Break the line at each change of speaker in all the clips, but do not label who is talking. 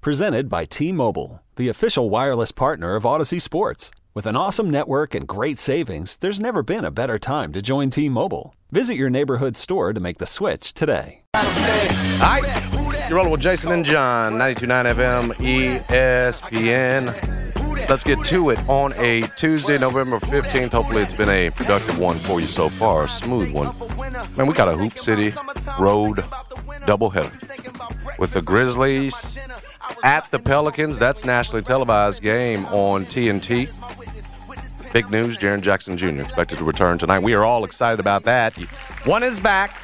Presented by T Mobile, the official wireless partner of Odyssey Sports. With an awesome network and great savings, there's never been a better time to join T Mobile. Visit your neighborhood store to make the switch today.
All right. You're rolling with Jason and John, 92.9 FM, ESPN. Let's get to it on a Tuesday, November 15th. Hopefully, it's been a productive one for you so far, a smooth one. Man, we got a Hoop City Road doubleheader with the Grizzlies at the Pelicans. That's nationally televised game on TNT. Big news, Jaron Jackson Jr. expected to return tonight. We are all excited about that. One is back.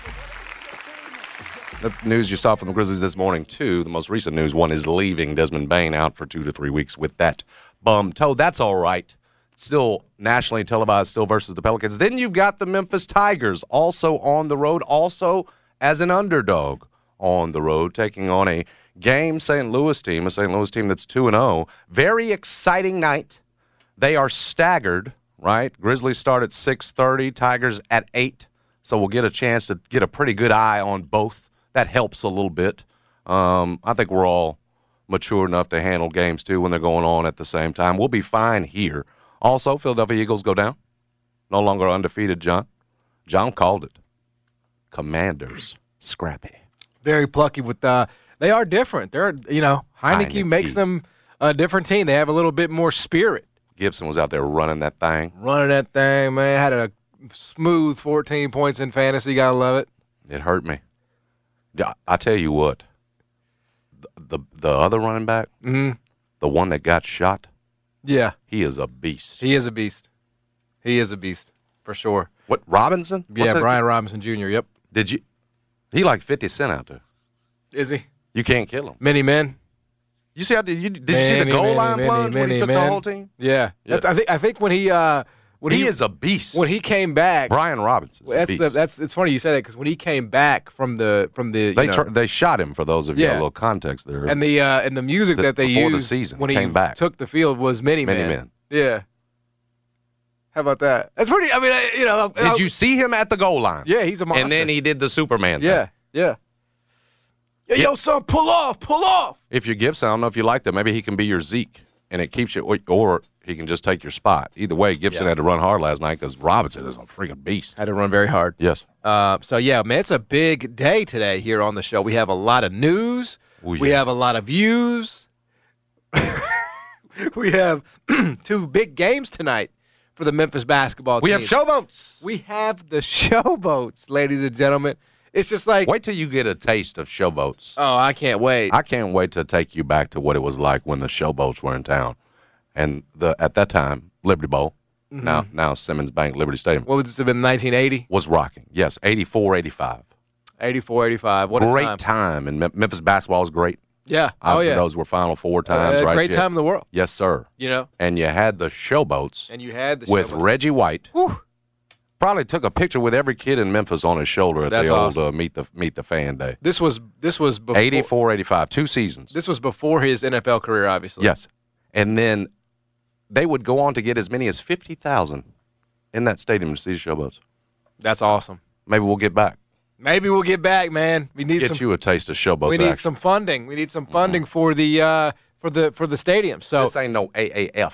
The news you saw from the Grizzlies this morning, too, the most recent news, one is leaving Desmond Bain out for two to three weeks with that bum toe. That's all right. Still nationally televised, still versus the Pelicans. Then you've got the Memphis Tigers also on the road, also as an underdog on the road, taking on a game St. Louis team, a St. Louis team that's 2 and 0. Very exciting night. They are staggered, right? Grizzlies start at 6:30, Tigers at 8. So we'll get a chance to get a pretty good eye on both. That helps a little bit. Um, I think we're all mature enough to handle games too when they're going on at the same time. We'll be fine here. Also, Philadelphia Eagles go down. No longer undefeated, John. John called it. Commanders scrappy.
very plucky with uh they are different. They're you know, Heineke,
Heineke.
makes them a different team. They have a little bit more spirit.
Gibson was out there running that thing.
Running that thing, man, had a smooth 14 points in fantasy. Gotta love it.
It hurt me. Yeah, I tell you what, the the, the other running back,
Mhm.
the one that got shot,
Yeah,
he is a beast.
he is a beast. He is a beast for sure.
what Robinson? What's
yeah,
his-
Brian Robinson Jr. Yep,
Did you? He like fifty cent out there.
is he?
You can't kill him.
Many men.
You see how did you did you see the
Many,
goal
many,
line
many,
plunge when he
many
took the
men.
whole team?
Yeah,
Yeah.
I think I think when he uh when
he,
he,
is a beast.
when he came back.
Brian Robinson.
that's the that's it's funny you say that because when he came back from the from the you
they
know,
tur- they shot him for those of you a
Yeah.
little context there.
and the uh, and the music
The-
that they
before the
used
season
when he
came back.
took the field was many
Many
men.
Men.
Yeah. How about that? That's pretty. I mean, I, you know. I- I-
did you see him at the goal line?
Yeah, he's a monster.
And then he did the Superman. thing.
Yeah, yeah. Yeah, yo, son, pull off, pull off.
if you're Gibson, I don't know if you like that. Maybe he can be your Zeke, and it keeps you, or- or he can just take your spot. Either way, Gibson had to run hard last night because Robinson is a freaking beast.
Had to run very hard.
Yes,
Uh, so yeah, man, it's a big day today here on the show. We have a lot of news.
Ooh,
We
yeah.
have a lot of views. we have two big games tonight for the Memphis basketball
we
team.
have showboats.
We have the showboats, ladies and gentlemen. It's just like,
Wait till you get a taste of showboats.
oh, I can't wait.
I can't wait to take you back to what it was like when the showboats were in town, and the at that time Liberty Bowl, now now Simmons Bank Liberty Stadium
Mm-hmm. what would this have been, 1980?
was rocking. Yes, 84, 85.
84, 85. What
great
a time.
in Mem- Memphis basketball was great.
Yeah. Oh,
Obviously,
yeah.
those were Final Four times,
Uh,
right?
Great
Yeah.
time in the world,
Yes, sir.
you know?
And you had the showboats.
And you had the
with
showboats.
Reggie White.
Whew.
Probably took a picture with every kid in Memphis on his shoulder at
That's
the
awesome.
old uh, meet the meet the fan day.
This was, this was before.
84, 85, two seasons.
This was before his NFL career, obviously.
yes, and then they would go on to get as many as fifty thousand in that stadium to see the showboats.
That's awesome.
Maybe we'll get back,
Maybe we'll get back, man. We need
get
some.
you a taste of showboats.
we need
action. Mm-hmm.
some funding. We need some funding for the uh, for the for the stadium. So
This ain't no AAF.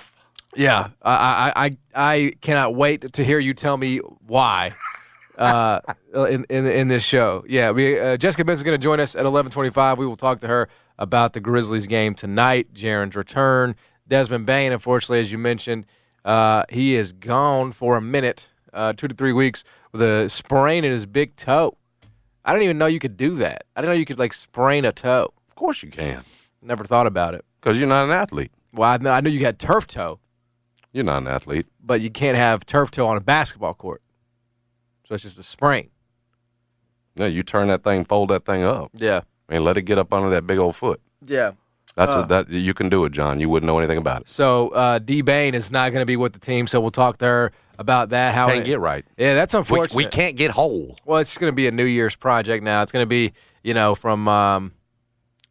Yeah, I, I, I, I cannot wait to hear you tell me why. Uh, in, in in this show, yeah, we uh, Jessica Benson's going to join us at eleven twenty-five. We will talk to her about the Grizzlies game tonight, Jaron's return, Desmond Bain. Unfortunately, as you mentioned, uh, he is gone for a minute, uh, two to three weeks, with a sprain in his big toe. I didn't even know you could do that. I didn't know you could like sprain a toe.
Of course you can,
Never thought about it.
because you're not an athlete.
Well, I, kn- I knew you had turf toe.
You're not an athlete.
but you can't have turf toe on a basketball court. So it's just a sprain.
No, you turn that thing, fold that thing up,
Yeah.
and let it get up under that big old foot.
Yeah.
That's a, that you can do it, John. You wouldn't know anything about it.
So uh, D Bain is not going to be with the team, so we'll talk to her about that. How
Can't get right.
Yeah, that's
We,
unfortunate.
we can't get whole.
Well, it's going to be a New Year's project now. It's going to be you know from um,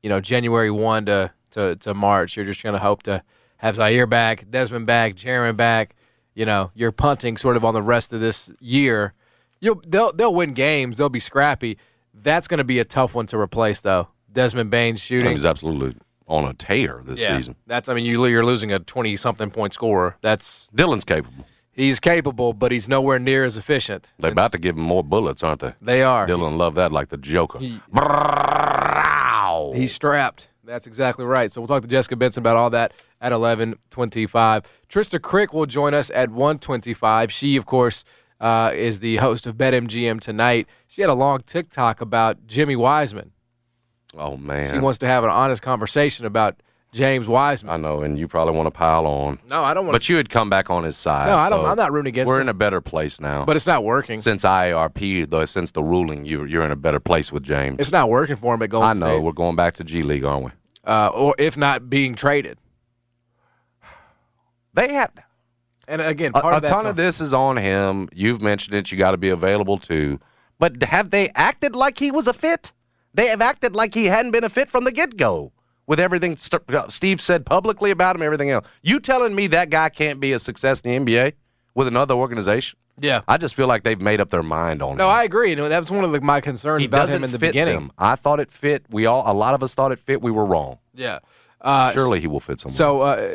you know January one to to, to March. You're just going to hope to have Zaire back, Desmond back, Jaron back. You know you're punting sort of on the rest of this year. You'll they'll they'll win games. They'll be scrappy. That's going to be a tough one to replace though. Desmond Bain
I mean,
shooting.
He's absolutely on a tear this
Yeah,
season.
that's I mean you you're losing a twenty something point scorer. That's
Dylan's capable.
he's capable, but he's nowhere near as efficient.
They're about to give him more bullets, aren't they?
They are.
Dylan loved that like the Joker.
He's strapped. That's exactly right. So we'll talk to Jessica Benson about all that at 11:25. Trista Crick will join us at 1:25. She, of course, uh, is the host of BetMGM tonight. She had a long TikTok about Jimmy Wiseman.
oh man,
She wants to have an honest conversation about James Wiseman.
I know, and you probably want to pile on,
no, I don't want
but
to.
you had come back on his side.
No, I don't.
so
I'm not rooting against.
We're
him,
in a better place now.
but it's not working.
since IRP, though, since the ruling, you're you're in a better place with James.
It's not working for him at Golden
I know.
State.
We're going back to G League, aren't we?
Uh, or if not being traded.
They have
And again,
a,
part
a
of that's
ton
on-
of this is on him. You've mentioned it. You got to be available too. But have they acted like he was a fit? They have acted like he hadn't been a fit from the get go. With everything St- uh, Steve said publicly about him, everything else. You telling me that guy can't be a success in the NBA with another organization?
Yeah.
I just feel like they've made up their mind on
No,
him.
I agree. And that was one of the, my concerns
he
about
doesn't
him in the
fit
beginning.
them. I thought it fit. We all, a lot of us thought it fit. We were wrong.
Yeah. Uh,
Surely he will fit someone.
So uh,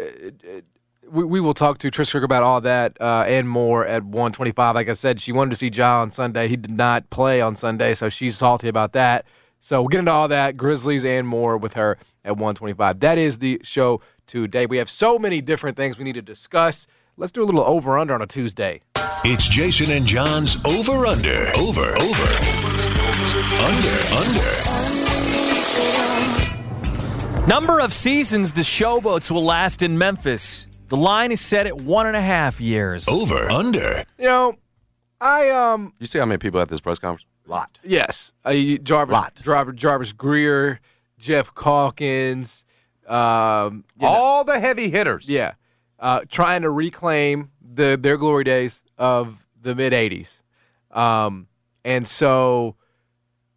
we, we will talk to Trish Kirk about all that uh, and more at 125. Like I said, she wanted to see Ja on Sunday. He did not play on Sunday, so she's salty about that. So we'll get into all that, Grizzlies and more with her at 125. That is the show today. We have so many different things we need to discuss. Let's do a little over under on a Tuesday.
It's Jason and John's over under. Over, over. Under, under.
Number of seasons the Showboats will last in Memphis. The line is set at one and a half years.
Over, under.
You know, I um
you see how many people at this press conference? Lot.
Yes, uh, you- Jarvis,
Lot.
Jarvis, Jarvis Greer, Jeff Calkins, um, you know,
All the heavy hitters.
yeah, uh, trying to reclaim the their glory days of the mid '80s, um, and so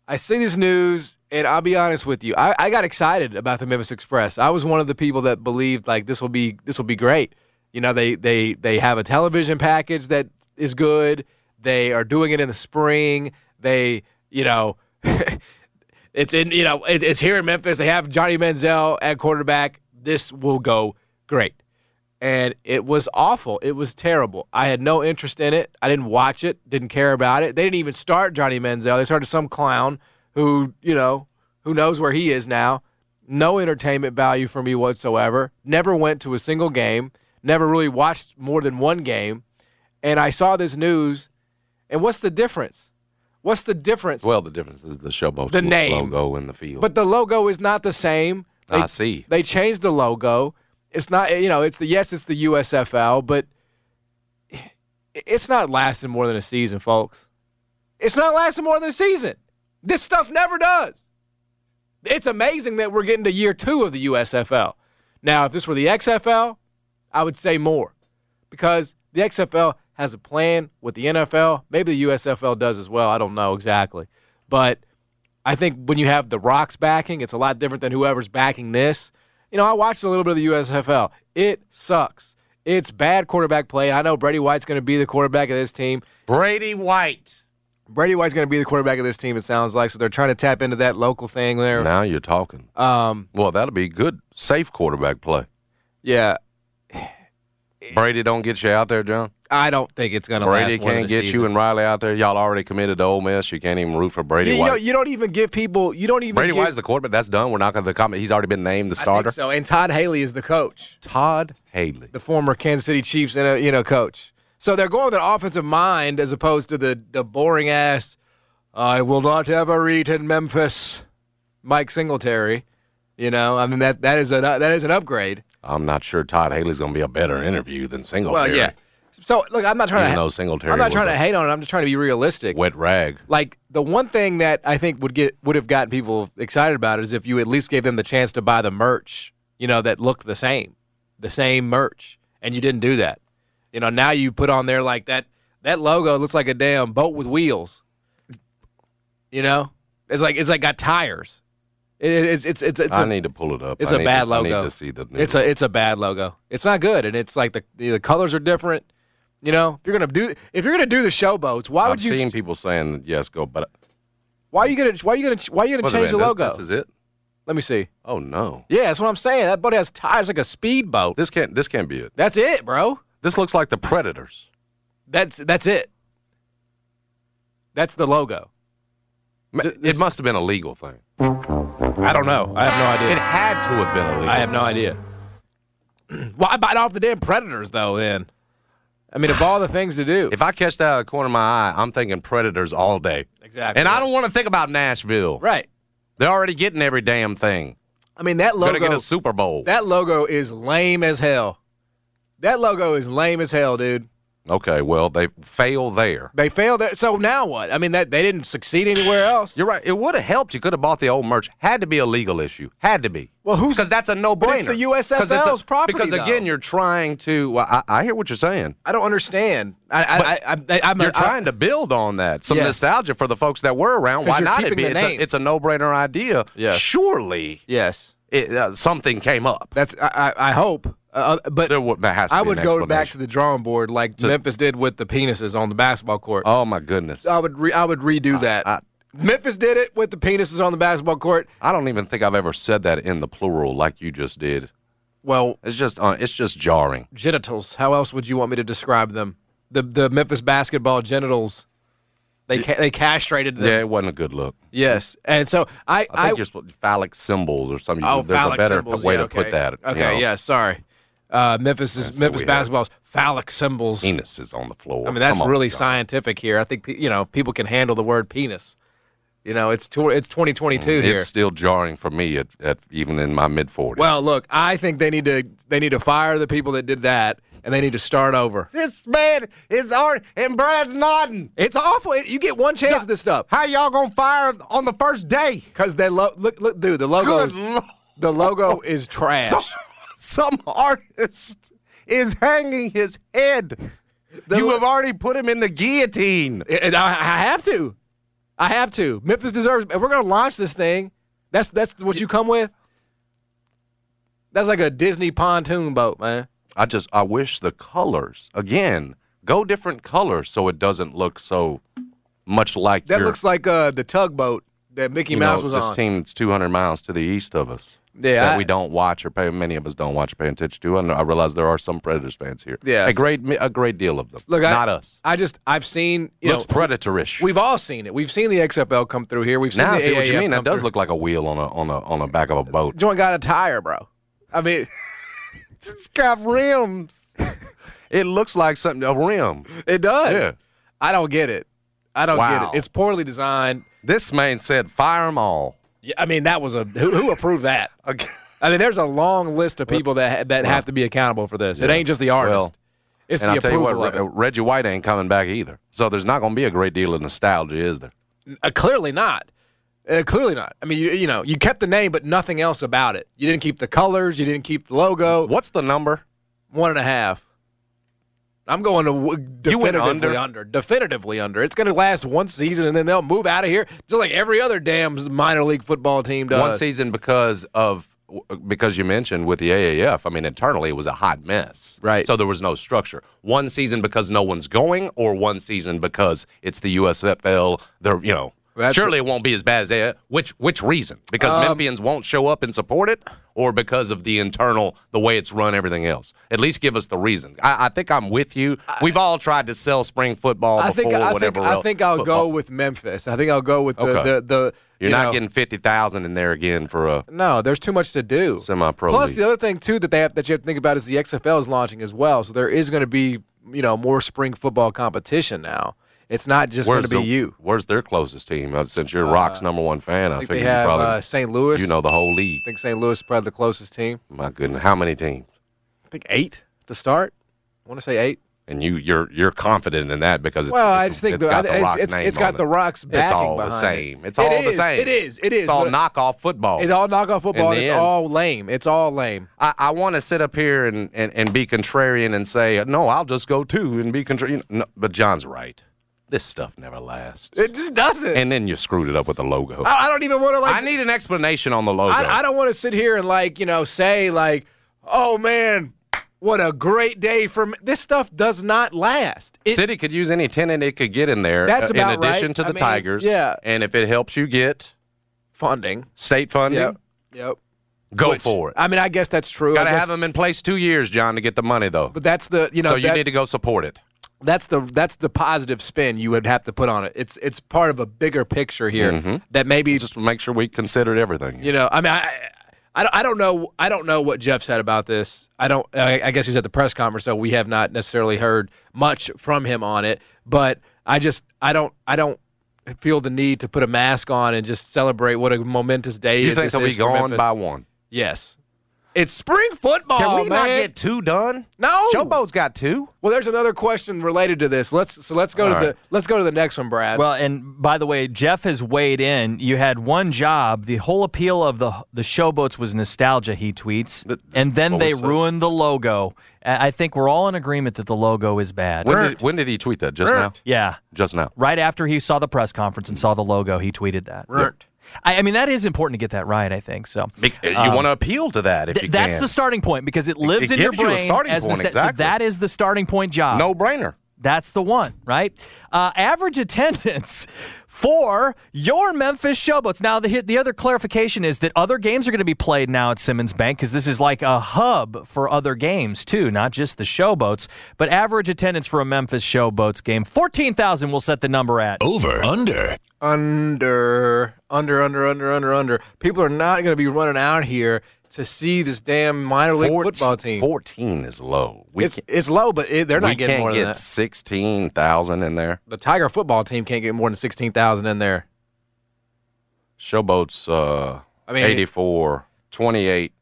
I see this news, and I'll be honest with you, I, I got excited about the Memphis Express. I was one of the people that believed like this will be this will be great. You know, they they they have a television package that is good. They are doing it in the spring. They, you know, it's in you know it, it's here in Memphis. They have Johnny Manziel at quarterback. This will go great. And it was awful. It was terrible. I had no interest in it. I didn't watch it. Didn't care about it. They didn't even start Johnny Manziel. They started some clown who you know who knows where he is now. No entertainment value for me whatsoever. Never went to a single game. Never really watched more than one game. And I saw this news. And what's the difference? What's the difference?
Well, the difference is the showboat
The
lo-
name.
logo in the field.
But the logo is not the same. They,
I see.
they changed the logo. It's not, you know, it's the yes, it's the USFL, but it's not lasting more than a season, folks. It's not lasting more than a season. This stuff never does. It's amazing that we're getting to year two of the USFL. Now, if this were the XFL, I would say more because the XFL has a plan with the NFL. Maybe the USFL does as well. I don't know exactly. But I think when you have the Rocks backing, it's a lot different than whoever's backing this. You know, I watched a little bit of the USFL. It sucks. It's bad quarterback play. I know Brady White's going to be the quarterback of this team.
Brady White.
Brady White's going to be the quarterback of this team, it sounds like. So they're trying to tap into that local thing there.
Now you're talking.
Um,
Well, that'll be good, safe quarterback play.
yeah,
Brady don't get you out there, John.
I don't think it's going to last
Brady
more than
can't
a
get
season.
you and Riley out there. Y'all already committed to Ole Miss. You can't even root for Brady
You, you,
White.
know, you don't even give people. You don't even.
Brady
give,
White's the quarterback. That's done. We're not going to comment. He's already been named the
I
starter.
think so. And Todd Haley is the coach.
Todd Haley.
the former Kansas City Chiefs and a you know coach. So they're going with an offensive mind as opposed to the the boring ass. I will not ever eat in Memphis, Mike Singletary. You know, I mean that that is an that is an upgrade.
I'm not sure Todd Haley's going to be a better interview than Singletary.
Well, yeah. So look, I'm not trying
Even
to.
though Singletary
I'm not
was
trying to
a-
hate on it. I'm just trying to be realistic.
Wet rag.
Like the one thing that I think would get would have gotten people excited about it is if you at least gave them the chance to buy the merch, you know, that looked the same, the same merch, and you didn't do that. You know, now you put on there like that. That logo looks like a damn boat with wheels. You know, it's like it's like got tires. It, it- it's it's it's it's
I
a-
need to pull it up.
it's
I
a
need
bad
to,
logo.
I need to see the new.
It's a it's a bad logo. It's not good, and it's like the the colors are different. You know, if you're gonna do if you're gonna do the showboats, why would
I've
you?
seen people saying yes, go, but
why are you gonna why are you gonna why are you gonna
Wait a
change the
minute,
logo?
th- This is it.
Let me see.
Oh no,
Yeah, that's what I'm saying. That boat has tires like a speedboat.
this can't. This can't be it.
That's it, bro.
This looks like the Predators.
That's that's it. That's the logo.
Ma-
Th- this-
it must have been a legal thing.
I don't know. I have no
It
idea.
had to have been illegal.
I have no idea. Why bite off the damn predators though? Then, I mean, of all the things to do,
If I catch that out of the corner of my eye, I'm thinking Predators all day.
exactly.
And I don't want to think about Nashville.
right.
They're already getting every damn thing.
I mean, that
Going
logo.
to get a Super Bowl.
That logo is lame as hell. That logo is lame as hell, dude.
okay, well, they fail there.
They failed there. So now what? I mean, that they didn't succeed anywhere else.
You're right. It would have helped. You could have bought the old merch. Had to be a legal issue. Had to be.
Well, who's-
because that's a no
But
brainer.
it's the USFL's property,
Because again,
though.
you're trying to. Well, I, I hear what you're saying.
I don't understand. I, I, I, I, I'm
You're trying to build on that some
Yes.
nostalgia for the folks that were around.
'Cause
Why
you're
not? It
keeping
be
the
it's a,
name.
it's a no-brainer idea.
Yes.
Surely
yes,
it, uh, something came up.
that's. I, I I hope. Uh, uh, but
There, would, there has to
I
be
would
an
go back to
explanation.
the drawing board like Memphis did with the penises on the basketball court.
Oh my goodness!
I would. Re, I would redo that.
I-
Memphis did it with the penises on the basketball court.
I don't even think I've ever said that in the plural like you just did.
Well,
It's just uh, it's just jarring.
genitals. How else would you want me to describe them? The the Memphis basketball genitals. They ca- they castrated them.
Yeah, it wasn't a good look.
Yes, and so I
I
I,
think you're supposed phallic symbols or something.
oh
There's a
phallic
better
symbols.
way
yeah,
to
okay.
put that. you
Okay,
know.
yeah, sorry. Uh, Memphis
That's
is
the
Memphis
way I-
basketball's phallic symbols.
Penis is on the floor.
I mean that's
Come on,
really
John.
scientific here. I think pe- you know people can handle the word penis. You know it's tw- it's 2022
Mm,
here.
It's still jarring for me at, at even in my mid 40s.
Well, look, I think they need to they need to fire the people that did that, and they need to start over.
this man is art and Brad's nodding.
It's awful. You get one chance at this stuff.
How y'all gonna fire on the first day?
Cause they lo- look, look, dude. The logo,
Good lord.
the logo is trash.
Some, some artist is hanging his head. you have already put him in the guillotine.
And I, I have to, I have to. Memphis deserves. And we're gonna launch this thing. That's that's what you come with. That's like a Disney pontoon boat, man.
I just I wish the colors again go different colors so it doesn't look so much like
That
your,
looks like uh, the tugboat that Mickey
you
Mouse
know,
was
this
on.
team that's 200 miles to the east of us.
Yeah,
that
I-
we don't watch or pay. Many of us don't watch or pay attention to. And I realize there are some Predators fans here.
Yes.
a great mi- a great deal of them.
Look, I-
not us.
I just I've seen you
looks
know
predatorish.
we've all seen it. We've seen the XFL come through here. We've seen
now I
the
see what you
AAF
mean. That
come
does
through.
look like a wheel on a on a on the back of a boat.
Joint got a tire, bro. I mean,
It's got rims. it looks like something a rim.
it does.
Yeah.
I don't get it. I don't
Wow.
get it. It's poorly designed.
This man said, "Fire them all."
Yeah, I mean, that was a who, who approved that?
Again.
I mean, there's a long list of people that that have to be accountable for this. It ain't just the artist.
Well,
it's
And
the
I'll tell you
approval
what,
of
Re- Reggie White ain't coming back either. So there's not going to be a great deal of nostalgia, is there?
it. Uh, clearly not. Uh, clearly not. I mean, you, you know, you kept the name, but nothing else about it. You didn't keep the colors. You didn't keep the logo.
What's the number?
One and a half. I'm going to w-
You went
definitively under. Definitively under. It's going to last one season, and then they'll move out of here, just like every other damn minor league football team does.
One season because of because you mentioned with the AAF. I mean, internally it was a hot mess,
Right.
So there was no structure. One season because no one's going, or one season because it's the USFL. They're you know.
That's- Um,
Surely it won't be as bad as AAF. Which which reason? Because Memphians won't show up and support it, or because of the internal, the way it's run, everything else. At least give us the reason. I, I think I'm with you. We've all tried to sell spring football
I
before,
think I think,
whatever.
I
else.
think I'll
Football.
go with Memphis. I think I'll go with the
Okay.
the, the
You're
you
not
know-
getting fifty thousand in there again for a
No, there's too much to do.
semi-pro.
Plus,
league.
the other thing too that they have that you have to think about is the XFL is launching as well, so there is going to be you know more spring football competition now. It's not just going to be
the-
you.
Where's their closest team? Uh, Since you're Rock's number one fan, I,
I think
figure
they
you
have
probably
uh, St. Louis.
you know the whole
I
league.
think St. Louis is probably the closest team.
My goodness, how many teams?
I think eight to start. I want to say eight.
and you you're you're confident in that because it's
Well,
it's,
I just think
it's
the-
got
I-
the
it's-
Rock's
it's-
name
it's got
on it.
the Rock's
It's
backing
all the
behind it.
same. It's
It
all the
is,
same.
it is, it is,
It's all
but-
knockoff football.
It's all knockoff football.
In
And
the
it's
end.
all lame. It's all lame.
I, I want to sit up here and, and, and be contrarian and say no, I'll just go too and be contrarian. No, but John's right. This stuff never lasts.
It just doesn't.
and then you screwed it up with the logo.
I, I don't even want to like.
I need an explanation on the logo.
I, I don't want to sit here and like you know say like, oh man, what a great day for me. This stuff does not last. It,
City could use any tenant it could get in there.
That's
uh, in
about right.
addition to
I
the
mean,
Tigers.
yeah.
And if it helps you get
funding.
state funding,
Yep. Yep.
go
Which-
for it.
I mean, I guess that's true. I
Got to
guess-
have them in place two years, John, to get the money though.
But that's the you know
so you
that-
need to go support it.
that's the that's the positive spin you would have to put on it. It's it's part of a bigger picture here
Mm-hmm.
that maybe
Just make sure we considered everything.
you know. I mean, I, I don't I don't know I don't know what Jeff said about this. I don't. I, I guess he was at the press conference, so we have not necessarily heard much from him on it. But I just I don't I don't feel the need to put a mask on and just celebrate what a momentous day.
you
is
think
this
they'll be
is for
gone
Memphis.
by one?
Yes. It's spring football.
Can we
man.
not get two done?
No.
Showboat's got two.
Well, there's another question related to this. Let's so let's go
All
to
right.
the let's go to the next one, Brad.
Well, and by the way, Jeff has weighed in. You had one job. The whole appeal of the the showboats was nostalgia. He tweets, and then
what we
they
said.
ruined the logo. I I think we're all in agreement that the logo is bad.
When did, when did he tweet that? Just now?
yeah,
Just now.
right after he saw the press conference and saw the logo, he tweeted that. I, I mean, that is important to get that right. I think so.
Be-
Um,
you want to appeal to that if
Th-
you
that's
can.
the starting point because it lives
it
in your
gives you a
brain.
starting
as
point,
nostal- so
exactly.
that is the starting point job.
no brainer.
That's the one, right? Uh, average attendance for your Memphis Showboats. Now, the, the other clarification is that other games are going to be played now at Simmons Bank because this is like a hub for other games, too, not just the Showboats. But average attendance for a Memphis Showboats game, 14,000 will set the number at.
Over, under.
under under under under under under. People are not going to be running out here to see this damn minor league
Fourt-
football team.
14 is low. We
It's it's low, but it, they're
we
not getting
can't
more
get
than that.
16,000 in there.
The Tiger football team can't get more than sixteen thousand in there.
Showboat's uh,
I mean-
84, 28,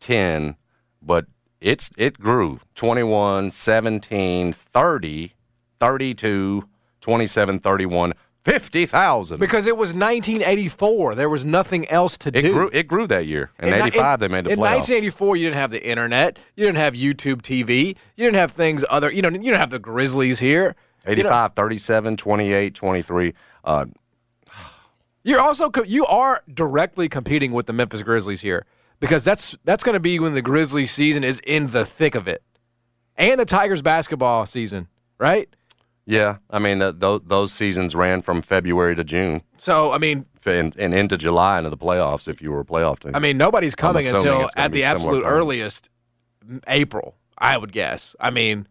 10, but it's it grew 21, 17, 30, 32, 27, 31, 50,000.
Because it was 1984, there was nothing else to
it
do.
grew it grew that year. In,
ni-
85 they made the
in
playoffs.
1984, you didn't have the internet. You didn't have YouTube TV. You didn't have things other. You know, you didn't have the Grizzlies here.
85, 37, 28, 23. Uh,
You're also co- you are directly competing with the Memphis Grizzlies here because that's that's going to be when the Grizzlies season is in the thick of it, and the Tigers basketball season, right?
yeah, I mean th- those those seasons ran from February to June
So I mean,
and, and into July into the playoffs if you were a playoff team.
I mean nobody's coming
assuming
until
it's gonna
at
be
the
similar
absolute
time.
earliest m- April, I would guess. I mean.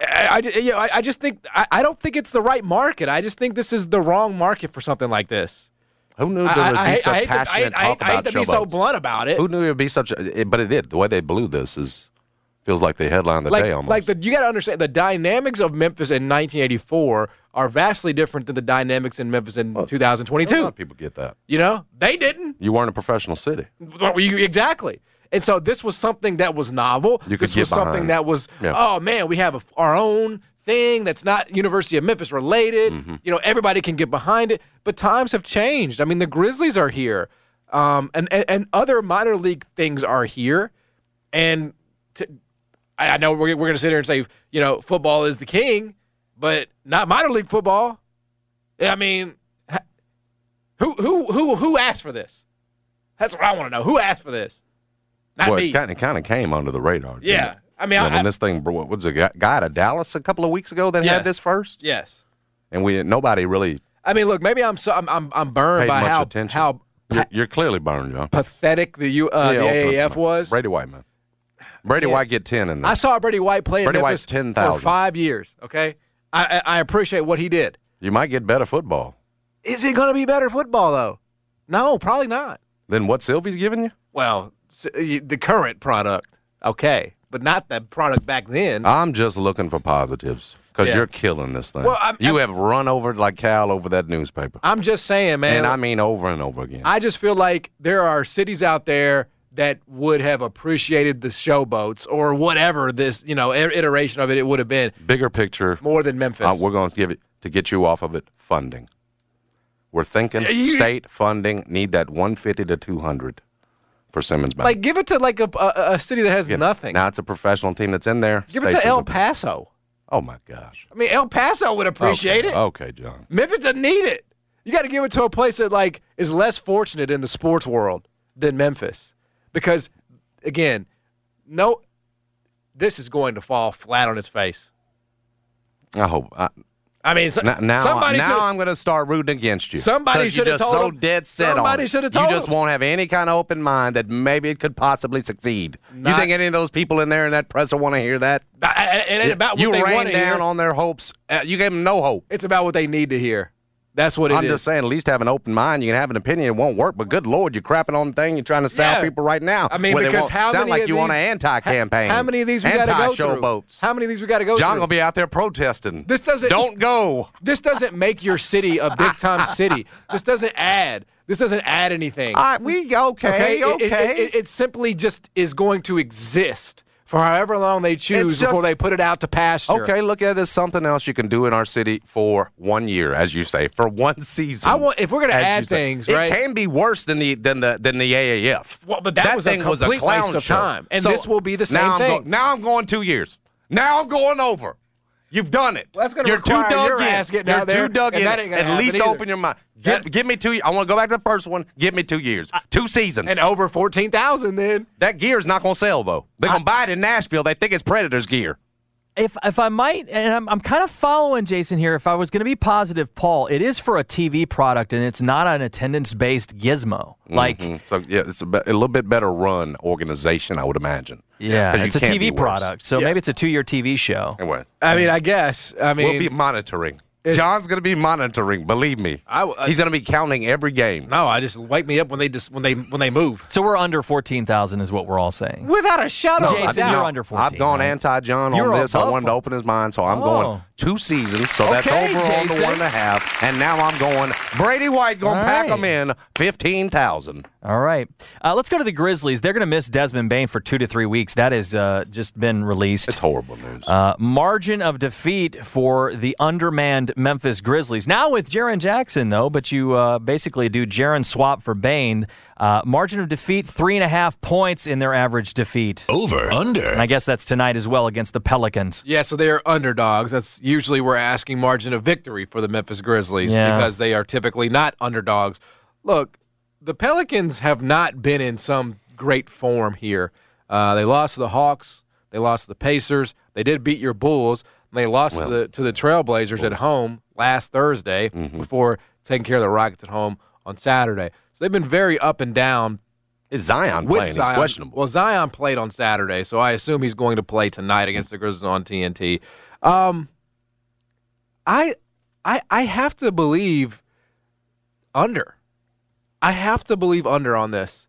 I, I, ju- you know, I, I just think I, I don't think it's the right market. I just think this is the wrong market for something like this.
Who knew
I,
there would
I- I
be
hate- I
such
hate to- I
passionate
hate- I
talk
hate- I
about
hate to be so
showboats?
blunt about it.
Who knew it would be such? A, it- but it did. The way they blew this is feels like they headlined the
like,
day almost.
like the, you got to understand the dynamics of Memphis in 1984 are vastly different than the dynamics in Memphis in
a lot
2022.
of people get that.
You know, they didn't
You weren't a professional city.
Well, you- exactly. And so this was something that was novel.
You could
this
get
was something
behind.
that was,
Yeah.
oh man, we have a, our own thing that's not University of Memphis related.
Mm-hmm.
You know, everybody can get behind it. But times have changed. I mean, the Grizzlies are here, um, and, and and other minor league things are here, and to, I, I know we're we're gonna sit here and say, you know, football is the king, but not minor league football. I mean, ha- who who who who asked for this? That's what I want to know. Who asked for this? Not
well,
me.
it kind of kind of came under the radar. didn't
yeah.
it?
I mean,
I
I,
mean,
I,
this thing. bro- What's a guy, guy out of Dallas a couple of weeks ago that
Yes.
had this first,
yes.
and we nobody really
I mean, look, maybe I'm so, I'm, I'm I'm burned
paid
by
much
how
attention.
how
you're, you're clearly burned, John.
pathetic the U uh,
Yeah, old
the AAF
person.
was.
Brady White man. Brady
Yeah.
White get ten in
I
there.
saw Brady White play
Brady
at
White's
Memphis
10,000.
for five years. Okay, I, I I appreciate what he did.
You might get better football
Is it going to be better football though? No, probably not.
than what Sylvie's giving you.
Well, s- y- the current product, okay, but not the product back then.
I'm just looking for positives because
Yeah.
you're killing this thing.
Well, I'm-
you
I'm-
have run over like Cal over that newspaper,
I'm just saying, man.
and I mean over and over again.
I just feel like there are cities out there that would have appreciated the showboats or whatever this you know i- iteration of it it would have been
Bigger picture.
more than Memphis.
Uh, we're going to give it to get you off of it funding. We're thinking
you-
state funding need that 150 to 200 for Simmons Bank.
like give it to like a a, a city that has
Again,
nothing.
Now it's a professional team that's in there.
give it
States
to
is
El
a-
Paso.
Oh my gosh.
I mean, El Paso would appreciate
okay.
it.
Okay, John.
Memphis doesn't need it. You got to give it to a place that like is less fortunate in the sports world than Memphis, because again, no, this is going to fall flat on its face.
I hope. I,
I mean, so-
now, now,
somebody
now
should-
I'm going to start rooting against you.
Somebody
'Cause
should
you're
have
just
told
so
him.
dead set
Somebody
on it.
should have told
You just
him.
won't have any kind of open mind that maybe it could possibly succeed. you
Not-
think any of those people in there in that presser want to hear that?
I- I- it ain't about what
you
they
rain
wanna
down
hear.
on their hopes. Uh, you gave them no hope.
It's about what they need to hear. That's what it is.
I'm just saying, at least have an open mind. You can have an opinion. It won't work, but good Lord, you're crapping on the thing. You're trying to sell
Yeah.
people right now.
I mean,
where they
because
won't-
how
sound
many
like
of
you want
these-
an anti-campaign?
How many of these we got to go through?
Anti-showboats.
How many of these we got to go
John
through?
gonna be out there protesting.
This doesn't-
Don't go.
this doesn't make your city a big time city. This doesn't add. This doesn't add anything.
All right, we okay, okay.
It, it- it- it- it simply just is going to exist for however long they choose
It's just-
before they put it out to pasture.
Okay, look at it as something else you can do in our city for one year, as you say, for one season.
I want- if we're gonna
as
add
you say.
things,
it
right?
can be worse than the than the than the AAF.
Well, but that was a
thing was
complete
clown
waste of
show.
time, and
So
this will be the same
now I'm
thing.
go- now I'm going two years. Now I'm going over. You've done it.
Well, that's gonna
You're
require
too dug
your
in.
ass getting
You're
out there,
too dug
and
in.
that ain't gonna
At
happen
least
either.
open your mind. Give, give me two. I want to go back to the first one. Give me two years, two seasons.
And over fourteen thousand, then
that gear's not going to sell though. They're going to buy it in Nashville. They think it's Predators gear.
if if I might, and I'm, I'm kind of following Jason here. If I was going to be positive, Paul, it is for a TV product, and it's not an attendance based gizmo.
Mm.
Like,
Mm-hmm. So yeah, it's a, be- a little bit better run organization, I would imagine.
yeah,
'Cause you
it's a
can't
TV
be worse.
product, so
Yeah.
maybe it's a two year TV show.
Anyway,
I mean, I guess. I mean,
we'll be monitoring.
It's-
John's going to be monitoring. Believe me,
I w- I-
he's going to be counting every game.
no, I just wake me up when they just when they when they move.
So we're under fourteen thousand, is what we're all saying.
Without a shadow, of a
Jason,
I-
you're
doubt.
now,
under 14,
I've gone
right?
anti-John
You're
on this. I
above
wanted to
four-
open his mind, so I'm
Oh.
going two seasons. So that's
Okay,
over on the
Jason.
one and a half. And now I'm going Brady White going to
All
pack
right.
them in fifteen thousand.
All right, uh, let's go to the Grizzlies. They're going to miss Desmond Bain for two to three weeks. That has uh, just been released.
It's horrible news.
Uh, margin of defeat for the undermanned Memphis Grizzlies. Now with Jaron Jackson, though, but you uh, basically do Jaron swap for Bain. Uh, margin of defeat, three and a half points in their average defeat.
Over, under.
And I guess that's tonight as well against the Pelicans.
Yeah, so they are underdogs. That's usually we're asking margin of victory for the Memphis Grizzlies
Yeah.
because they are typically not underdogs. Look, the Pelicans have not been in some great form here. Uh, they lost to the Hawks. They lost to the Pacers. They did beat your Bulls. And they lost to, the, to the Trailblazers at home last Thursday
Mm-hmm.
before taking care of the Rockets at home on Saturday. So they've been very up and down
Is Zion
with
playing?
Zion-
He's questionable.
Well, Zion played on Saturday, so I assume he's going to play tonight against the Grizzlies on TNT. Um, I, I, I have to believe under. I have to believe under on this.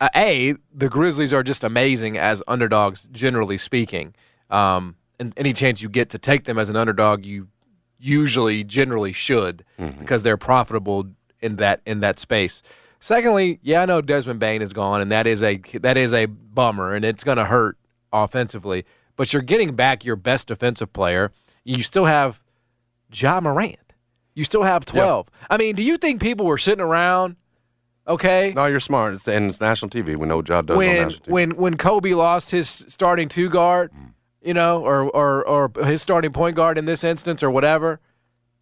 Uh, a, the Grizzlies are just amazing as underdogs, generally speaking. Um, and any chance you get to take them as an underdog, you usually generally should because they're profitable in that in that space. Secondly, yeah, I know Desmond Bain is gone, and that is a that is a bummer, and it's going to hurt offensively. But you're getting back your best defensive player. You still have Ja Morant. You still have twelve. I mean, do you think people were sitting around? Okay,
no, you're smart. It's, and it's national TV. We know John does on
when
national TV.
when when Kobe lost his starting two guard,
Mm.
you know, or or or his starting point guard in this instance or whatever.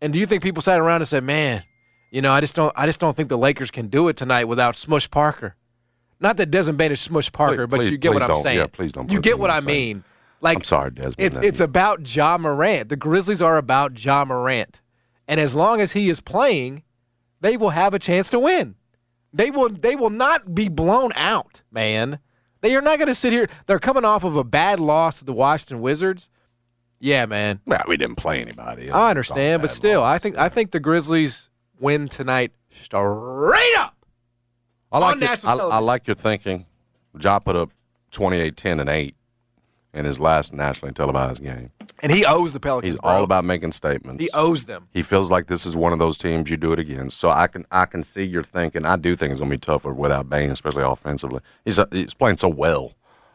And do you think people sat around and said, "Man, you know, I just don't I just don't think the Lakers can do it tonight without Smush Parker." Not that Desmond Bain is Smush Parker, but
please-
you get what
please
I'm
don't-
saying.
yeah, please don't
You
put
get
me
what
in
I
the same-
mean. Like
I'm sorry, Desmond.
It's
That-
it's about Ja Morant. The Grizzlies are about Ja Morant. And as long as he is playing, they will have a chance to win. They will they will not be blown out, man. They are not going to sit here. They're coming off of a bad loss to the Washington Wizards. Yeah, man.
Well, we didn't play anybody.
I understand, but still, I think I think the Grizzlies win tonight straight up.
I
on
like your,
national
I, I
television.
like your thinking. Ja put up 28, 10, and 8. in his last nationally televised game.
And he owes the Pelicans.
He's
bro.
all about making statements.
He owes them.
he feels like this is one of those teams you do it again. So I can I can see your thinking. I do think it's gonna be tougher without Bain, especially offensively. He's uh, he's playing so well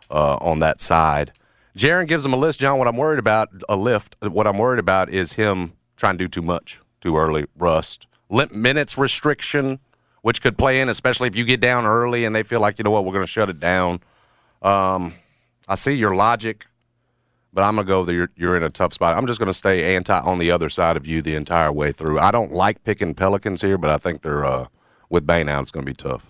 uh, on that side. Jaron gives him a list, John. What I'm worried about a lift. What I'm worried about is him trying to do too much too early. Rust limp minutes restriction, which could play in, especially if you get down early and they feel like you know what we're gonna shut it down. Um, I see your logic. But I'm gonna go. That you're, you're in a tough spot. I'm just gonna stay anti on the other side of you the entire way through. I don't like picking Pelicans here, but I think they're uh, with Bain out. It's gonna be tough.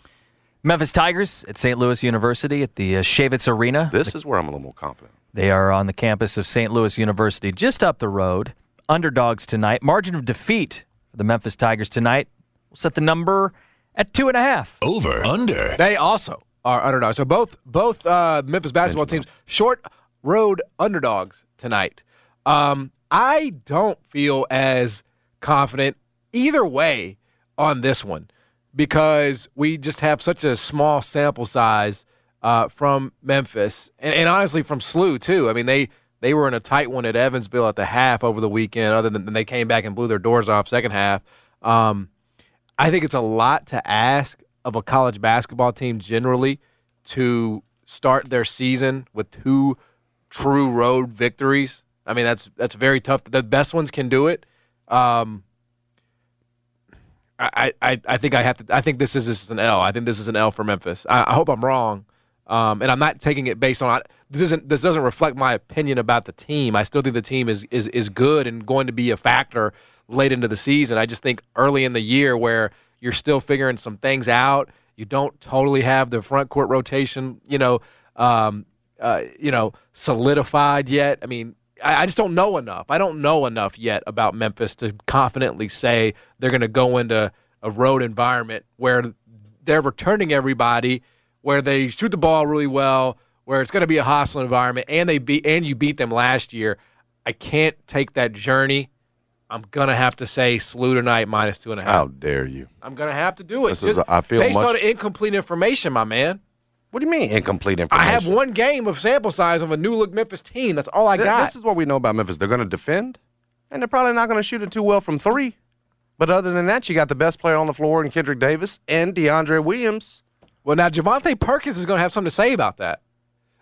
Memphis Tigers at St. Louis University at the uh, Shavitz Arena.
This is where I'm a little more confident.
They are on the campus of St. Louis University, just up the road. Underdogs tonight. Margin of defeat for the Memphis Tigers tonight. We'll set the number at two and a half.
Over. Under.
They also are underdogs. So both both uh, Memphis basketball teams short road underdogs tonight. Um, I don't feel as confident either way on this one because we just have such a small sample size uh, from Memphis and, and honestly from SLU too. I mean they they were in a tight one at Evansville at the half over the weekend. Other than they came back and blew their doors off second half. Um, I think it's a lot to ask of a college basketball team generally to start their season with two true road victories. I mean, that's that's very tough. The best ones can do it. Um, I, I, I think I have to. I think this is this is an L. I think this is an L for Memphis. I, I hope I'm wrong, um, and I'm not taking it based on I, this isn't this doesn't reflect my opinion about the team. I still think the team is is is good and going to be a factor late into the season. I just think early in the year where you're still figuring some things out, you don't totally have the front court rotation, you know, um, uh, you know, solidified yet. I mean, I, I just don't know enough. I don't know enough yet about Memphis to confidently say they're going to go into a road environment where they're returning everybody, where they shoot the ball really well, where it's going to be a hostile environment, and they beat and you beat them last year. I can't take that journey. I'm gonna have to say slew tonight minus two and a half.
How dare you?
I'm gonna have to do it.
This is- I feel
based
much-
on incomplete information, my man.
What do you mean incomplete
I
information?
have one game of sample size of a new look Memphis team. That's all I
Th-
got.
This is what we know about Memphis. They're gonna defend, and they're probably not gonna shoot it too well from three. But other than that, you got the best player on the floor in Kendrick Davis and DeAndre Williams.
well, now Javante Perkins is gonna have something to say about that.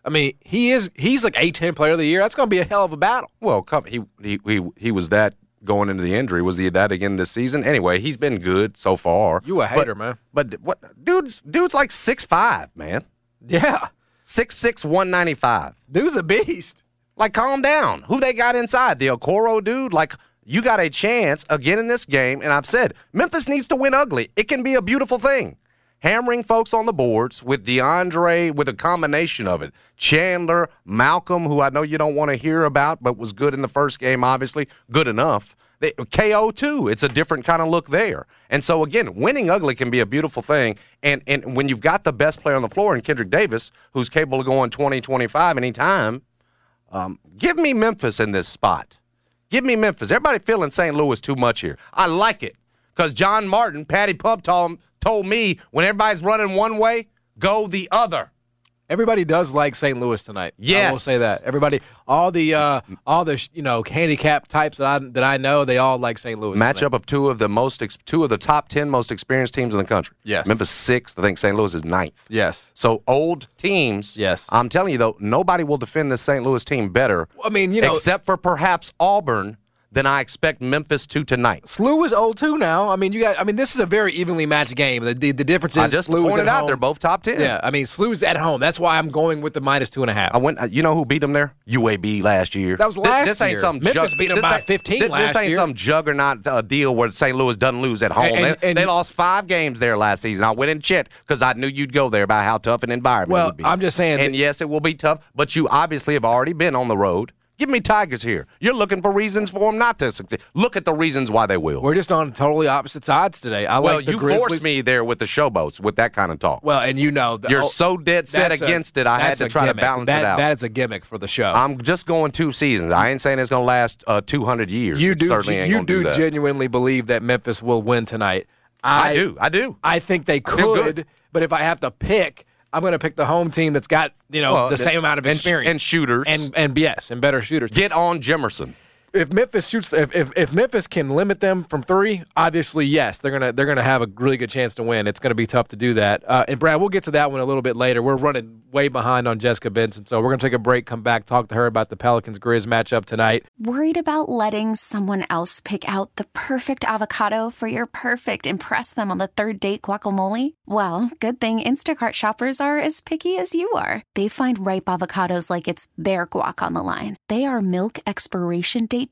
I mean, he is he's like A10 player of the year. That's gonna be a hell of a battle.
Well, come, he, he he he was that going into the injury. Was he that again this season? Anyway, he's been good so far.
You a
But-
hater, man.
But what dude's dude's like six five, man.
Yeah,
Six six one ninety five.
dude's a beast.
Like calm down. Who they got inside? The Okoro dude? Like you got a chance again in this game, and I've said Memphis needs to win ugly. It can be a beautiful thing. Hammering folks on the boards with DeAndre with a combination of it. Chandler, Malcolm, who I know you don't want to hear about, but was good in the first game, obviously, good enough. They, KO too. It's a different kind of look there. And so again, winning ugly can be a beautiful thing. And and when you've got the best player on the floor in Kendrick Davis, who's capable of going 20, 25 anytime, um, give me Memphis in this spot. Give me Memphis. Everybody feeling St. Louis too much here. I like it because John Martin, Patty Pump told, told me when everybody's running one way, go the other.
Everybody does like St. Louis tonight. I will
Yes.
say that. Everybody, all the uh, all the you know handicap types that I that I know, they all like St. Louis. tonight.
Matchup of two of the most ex- two of the top ten most experienced teams in the country.
Yes.
Memphis sixth. I think St. Louis is ninth.
Yes.
So old teams.
Yes.
I'm telling you though, nobody will defend this St. Louis team better,
I mean, you know,
except for perhaps Auburn, than I expect Memphis to tonight.
SLU is old too now. I mean, you got. I mean, this is a very evenly matched game. The the, the difference is
I just
SLU is
pointed
at
out
home.
they're both top ten.
Yeah, I mean, SLU's at home. That's why I'm going with the minus two and a half.
I went. uh, You know who beat them there? UAB last year.
That was
Th-
last
This, ain't
year.
some
Memphis
jug-
beat 'em
this
by
ain't-
15
thi- This,
last
ain't
year.
some juggernaut uh, deal where St. Louis doesn't lose at home.
And-
they
and-
they
and-
lost five games there last season. I went and checked because I knew you'd go there about how tough an environment.
Well,
it would be.
I'm just saying
And
that-
yes, it will be tough, but you obviously have already been on the road. Give me Tigers here. You're looking for reasons for them not to succeed. Look at the reasons why they will.
We're just on totally opposite sides today. I
well,
like the
you
Grizzlies.
forced me there with the showboats with that kind of talk.
Well, and you know, the,
You're
oh,
so dead set
that's a-
against it. I had
that's
to
a
try to
gimmick.
balance
That-
it out.
That's a gimmick for the show.
I'm just going two seasons. I ain't saying it's gonna last uh, 200 years.
you
It
do.
certainly ain't
you
gonna do, that.
genuinely believe that Memphis will win tonight.
I do. I do.
I think they
feel good.
could, but if I have to pick, I'm going to pick the home team that's got you know
Well,
the
that-
same amount of
and sh-
experience
and shooters.
and and yes and better shooters.
Get on Jemerson.
if Memphis shoots, if, if if Memphis can limit them from three, obviously yes, they're gonna they're gonna have a really good chance to win. It's gonna be tough to do that. Uh, and Brad, we'll get to that one a little bit later. We're running way behind on Jessica Benson, so we're gonna take a break, come back, talk to her about the Pelicans Grizz matchup tonight.
Worried about letting someone else pick out the perfect avocado for your perfect impress them on the third date guacamole? Well, good thing Instacart shoppers are as picky as you are. They find ripe avocados like it's their guac on the line. They are milk expiration date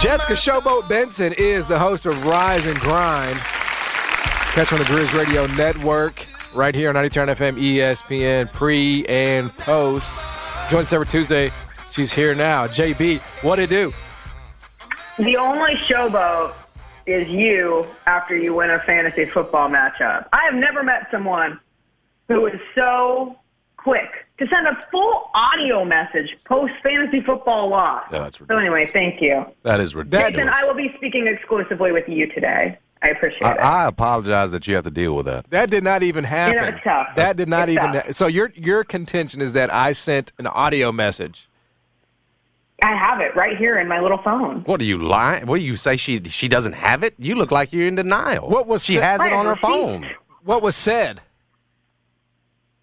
Jessica Showboat Benson is the host of Rise and Grind. Catch on the Grizz Radio Network right here on 92 FM ESPN pre and post. Join us every Tuesday. She's here now. JB, what it do?
The only showboat is you after you win a fantasy football matchup. I have never met someone who is so quick to send a full audio message post fantasy football loss.
Yeah, that's
so anyway, thank you.
That is ridiculous.
Jason, I will be speaking exclusively with you today. I appreciate it.
I, I apologize that you have to deal with that.
That did not even happen.
it's tough.
That did not
It's
even.
tough.
So your your contention is that I sent an audio message.
I have it right here in my little phone.
What are you lying? What do you say? She she doesn't have it. You look like you're in denial.
What was
she
sa-
has it
Right,
on her
receipt.
phone?
What was said?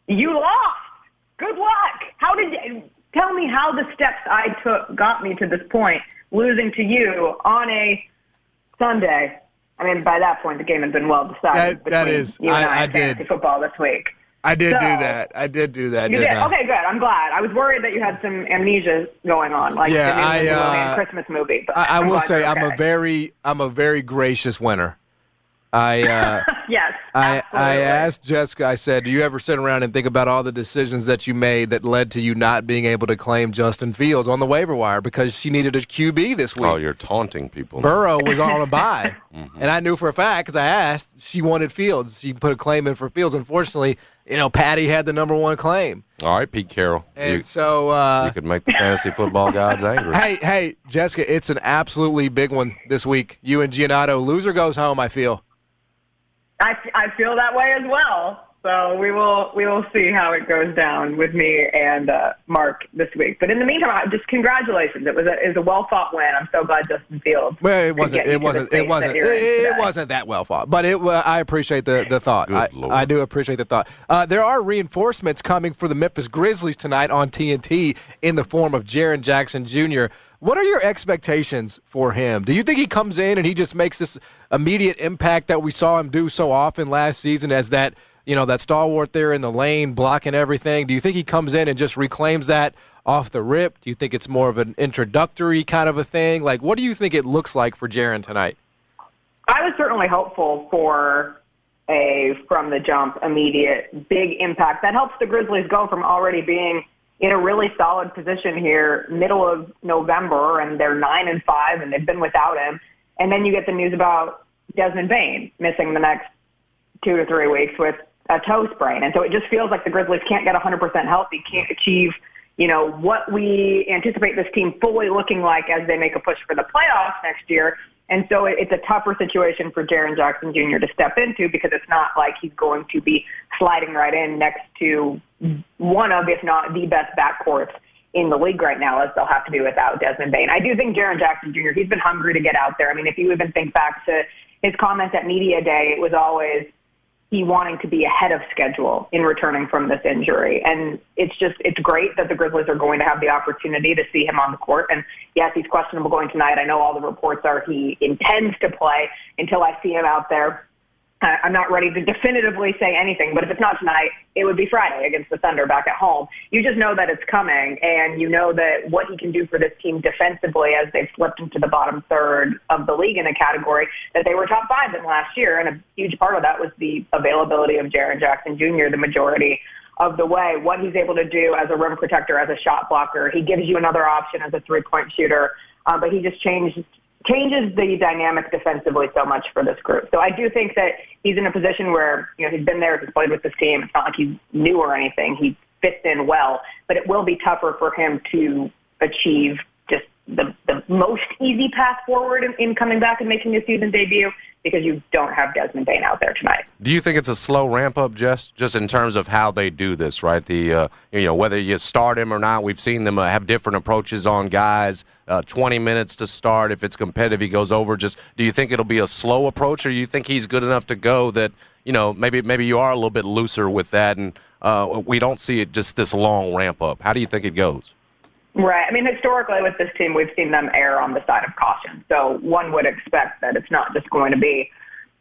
You lost. Good luck. How did you tell me how the steps I took got me to this point, losing to you on a Sunday? I mean, by that point, the game had been well decided.
That- that
between
is-
you and
I-
I,
I
in fantasy
did.
football this week.
I did
So-
do that. I did do that.
You
didn't
did.
I?
Okay, good. I'm glad. I was worried that you had some amnesia going on, like
Yeah,
the
I,
New
uh,
Christmas movie. But
I, I
I'm
will
glad
say
you're
I'm
okay.
a very I'm a very gracious winner. I uh,
Yes.
I I
absolutely.
asked Jessica. I said, "Do you ever sit around and think about all the decisions that you made that led to you not being able to claim Justin Fields on the waiver wire because she needed a QB this week?"
Oh, you're taunting people. now.
Burrow was on a bye,
Mm-hmm.
and I knew for a fact because I asked. She wanted Fields. She put a claim in for Fields. Unfortunately, you know, Patty had the number one claim,
All right, Pete Carroll.
and
you,
so uh,
you could make the fantasy football gods angry.
Hey, hey, Jessica, it's an absolutely big one this week. You and Giannato, loser goes home. I feel.
I, I feel that way as well. So we will we will see how it goes down with me and uh, Mark this week. But in the meantime, I- just congratulations. It was a, it was a well fought win. I'm so glad Justin Fields.
Well, it
could get
wasn't.
you
It
to
wasn't.
the
It
state
wasn't.
that you're in
It, it
today.
wasn't that well fought, but it. wa- I appreciate the the thought.
Good
I,
Lord.
I do appreciate the thought. Uh, there are reinforcements coming for the Memphis Grizzlies tonight on TNT in the form of Jaron Jackson Jr. What are your expectations for him? Do you think he comes in and he just makes this immediate impact that we saw him do so often last season as that you know that stalwart there in the lane blocking everything? Do you think he comes in and just reclaims that off the rip? Do you think it's more of an introductory kind of a thing? Like, what do you think it looks like for Jaron tonight?
I was certainly hopeful for a from the jump immediate big impact. That helps the Grizzlies go from already being in a really solid position here middle of November and they're 9 and 5 and they've been without him and then you get the news about Desmond Bain missing the next 2 to 3 weeks with a toe sprain. And so it just feels like the Grizzlies can't get 100% healthy, can't achieve, you know, what we anticipate this team fully looking like as they make a push for the playoffs next year. And so it- it's a tougher situation for Jaron Jackson Jr. to step into because it's not like he's going to be sliding right in next to one of, if not the best backcourts in the league right now, as they'll have to do without Desmond Bain. I do think Jaron Jackson Jr., he's been hungry to get out there. I mean, if you even think back to his comments at Media Day, it was always, he wanting to be ahead of schedule in returning from this injury. And it's just, it's great that the Grizzlies are going to have the opportunity to see him on the court. And yes, he's questionable going tonight. I know all the reports are he intends to play until I see him out there. I- I'm not ready to definitively say anything, but if it's not tonight, it would be Friday against the Thunder back at home. You just know that it's coming, and you know that what he can do for this team defensively as they've slipped into the bottom third of the league in a category that they were top five in last year. And a huge part of that was the availability of Jaron Jackson Jr., the majority of the way, what he's able to do as a rim protector, as a shot blocker. He gives you another option as a three point shooter, uh, but he just changed changes the dynamic defensively so much for this group. So I do think that he's in a position where, you know, he's been there, he's played with this team. It's not like he's new or anything. He fits in well, but it will be tougher for him to achieve just the, the most easy path forward in, in coming back and making his season debut because you don't have Desmond Bain out there tonight.
Do you think it's a slow ramp up, Jess? Just in terms of how they do this, right? The uh, you know whether you start him or not, we've seen them uh, have different approaches on guys. Uh, Twenty minutes to start. If it's competitive, he goes over. Just do you think it'll be a slow approach, or you think he's good enough to go that you know maybe maybe you are a little bit looser with that, and uh, we don't see it just this long ramp up. How do you think it goes?
Right. I mean, historically with this team, we've seen them err on the side of caution. So one would expect that it's not just going to be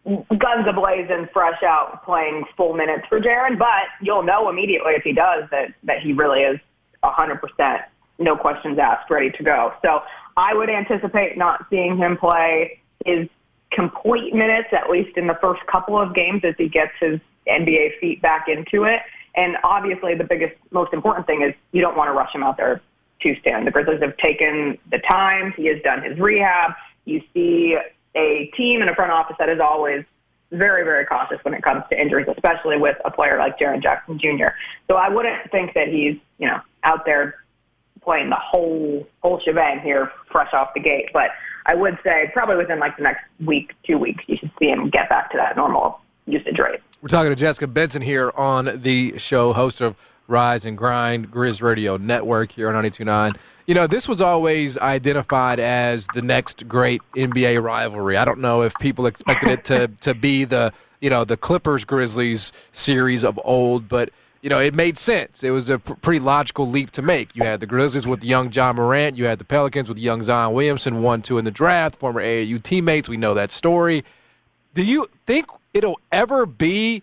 guns ablazing, fresh out, playing full minutes for Jaron. But you'll know immediately if he does that that he really is 100%, no questions asked, ready to go. So I would anticipate not seeing him play his complete minutes, at least in the first couple of games, as he gets his NBA feet back into it. And obviously, the biggest, most important thing is you don't want to rush him out there to stand. The Grizzlies have taken the time. He has done his rehab. You see a team and a front office that is always very, very cautious when it comes to injuries, especially with a player like Jaron Jackson Jr. So I wouldn't think that he's, you know, out there playing the whole whole shebang here fresh off the gate. But I would say probably within like the next week, two weeks, you should see him get back to that normal usage rate.
We're talking to Jessica Benson here on the show, host of Rise and Grind, Grizz Radio Network here on 929. You know, this was always identified as the next great NBA rivalry. I don't know if people expected it to, to be the, you know, the Clippers Grizzlies series of old, but you know, it made sense. It was a pr- pretty logical leap to make. You had the Grizzlies with young John Morant. You had the Pelicans with young Zion Williamson, one, two in the draft, former AAU teammates. We know that story. Do you think it'll ever be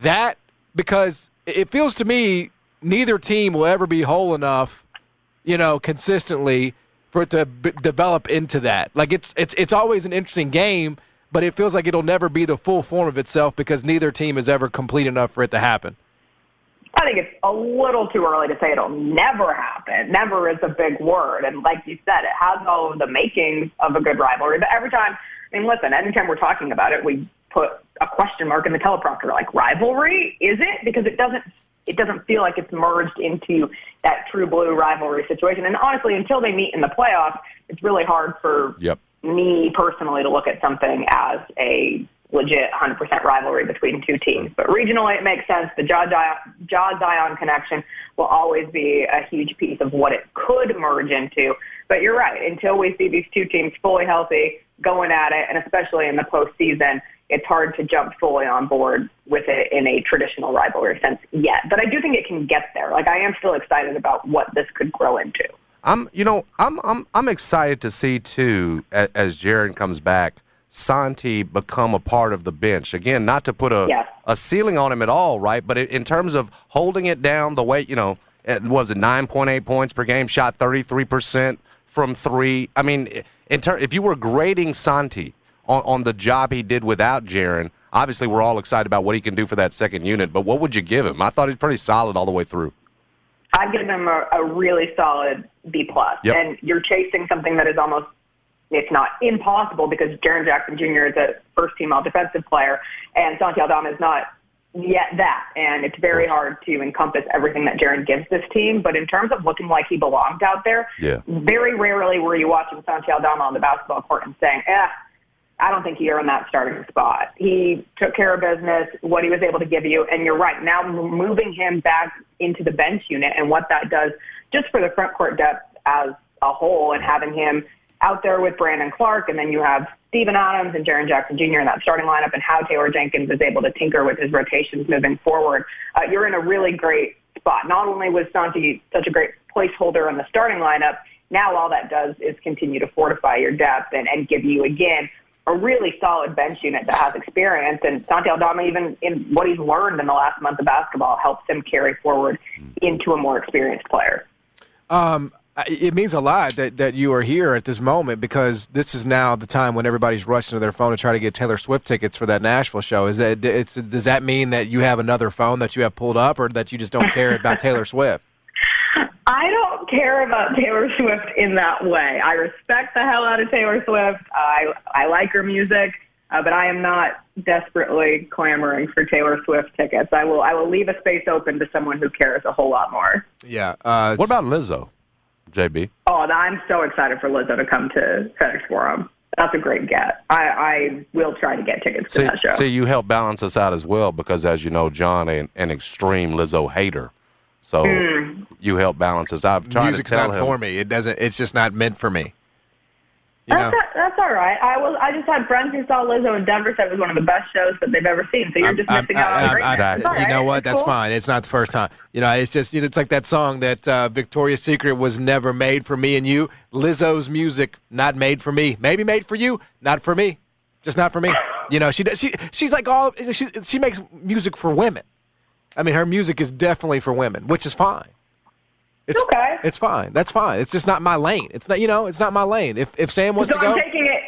that? Because it feels to me neither team will ever be whole enough, you know, consistently for it to b- develop into that. Like it's it's it's always an interesting game, but it feels like it'll never be the full form of itself because neither team is ever complete enough for it to happen.
I think it's a little too early to say it'll never happen. Never is a big word. And like you said, it has all of the makings of a good rivalry. But every time, I mean, listen, anytime we're talking about it, we put a question mark in the teleprompter. Like, rivalry? Is it? Because it doesn't. It doesn't feel like it's merged into that true blue rivalry situation. And honestly, until they meet in the playoffs, it's really hard for
Yep.
me personally to look at something as a legit 100% rivalry between two teams. But regionally, it makes sense. The Jaw Zion connection will always be a huge piece of what it could merge into. But you're right. Until we see these two teams fully healthy, going at it, and especially in the postseason, it's hard to jump fully on board with it in a traditional rivalry sense yet. But I do think it can get there. Like, I am still excited about what this could grow into.
I'm, you know, I'm, I'm, I'm excited to see too as, as Jaron comes back, Santi become a part of the bench again. Not to put a
Yes.
a ceiling on him at all, right? But it, in terms of holding it down, the way you know, it was it nine point eight points per game, shot thirty three percent from three. I mean, i- in ter- if you were grading Santi on, on the job he did without Jaron, obviously we're all excited about what he can do for that second unit. But what would you give him? I thought he's pretty solid all the way through.
I'd give them a, a really solid B plus.
Yep.
And you're chasing something that is almost it's not impossible because Jaron Jackson Jr. is a first team all defensive player and Santi Aldama is not yet that. And it's very hard to encompass everything that Jaron gives this team. But in terms of looking like he belonged out there,
Yeah.
very rarely were you watching Santi Aldama on the basketball court and saying, eh, I don't think he earned that starting spot. He took care of business, what he was able to give you, and you're right. Now m- moving him back into the bench unit and what that does just for the front court depth as a whole and having him out there with Brandon Clark and then you have Steven Adams and Jaron Jackson Jr. in that starting lineup and how Taylor Jenkins is able to tinker with his rotations moving forward. Uh, you're in a really great spot. Not only was Santi such a great placeholder on the starting lineup, now all that does is continue to fortify your depth and, and give you again a really solid bench unit that has experience. And Santi Aldama, even in what he's learned in the last month of basketball, helps him carry forward into a more experienced player.
Um, I- it means a lot that, that you are here at this moment because this is now the time when everybody's rushing to their phone to try to get Taylor Swift tickets for that Nashville show. Is that it's, does that mean that you have another phone that you have pulled up, or that you just don't care about Taylor Swift?
I don't care about Taylor Swift in that way. I respect the hell out of Taylor Swift. I I like her music, uh, but I am not desperately clamoring for Taylor Swift tickets. I will I will leave a space open to someone who cares a whole lot more.
Yeah. Uh,
What about Lizzo, JB?
Oh, and I'm so excited for Lizzo to come to FedEx Forum. That's a great get. I, I will try to get tickets to
See,
that show.
see, you help balance us out as well because, as you know, John an, an extreme Lizzo hater, so
Hmm. Mm.
you help balance us. I've tried
music's
to tell
not
him.
for me? It doesn't. It's just not meant for me. You know.
That's, a- that's all right. I was I just had friends who saw Lizzo in Denver said it was one of the best shows that they've ever seen. So you're just
I'm-
missing
I'm-
out on
I'm-
greatness.
I'm-
It's all
You know
right.
what?
It's
That's
cool.
fine. It's not the first time. You know, it's just you know, it's like that song that uh, Victoria's Secret was never made for me and you. Lizzo's music not made for me. Maybe made for you, not for me. Just not for me. You know, she does. She she's like all she she makes music for women. I mean, her music is definitely for women, which is fine. It's
Okay.
It's fine. That's fine. It's just not my lane. It's not you know. It's not my lane. If if Sam wants
So
to go,
I'm taking it.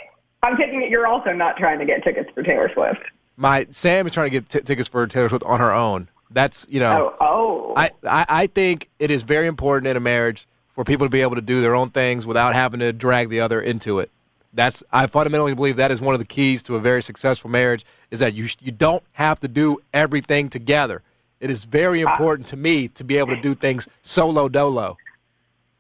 I'm taking it. You're also not trying to get tickets for Taylor Swift.
my Sam is trying to get t- tickets for Taylor Swift on her own. That's you know.
Oh, oh.
I, I, I think it is very important in a marriage for people to be able to do their own things without having to drag the other into it. That's I fundamentally believe that is one of the keys to a very successful marriage is that you sh- you don't have to do everything together. It is very important to me to be able to do things solo dolo.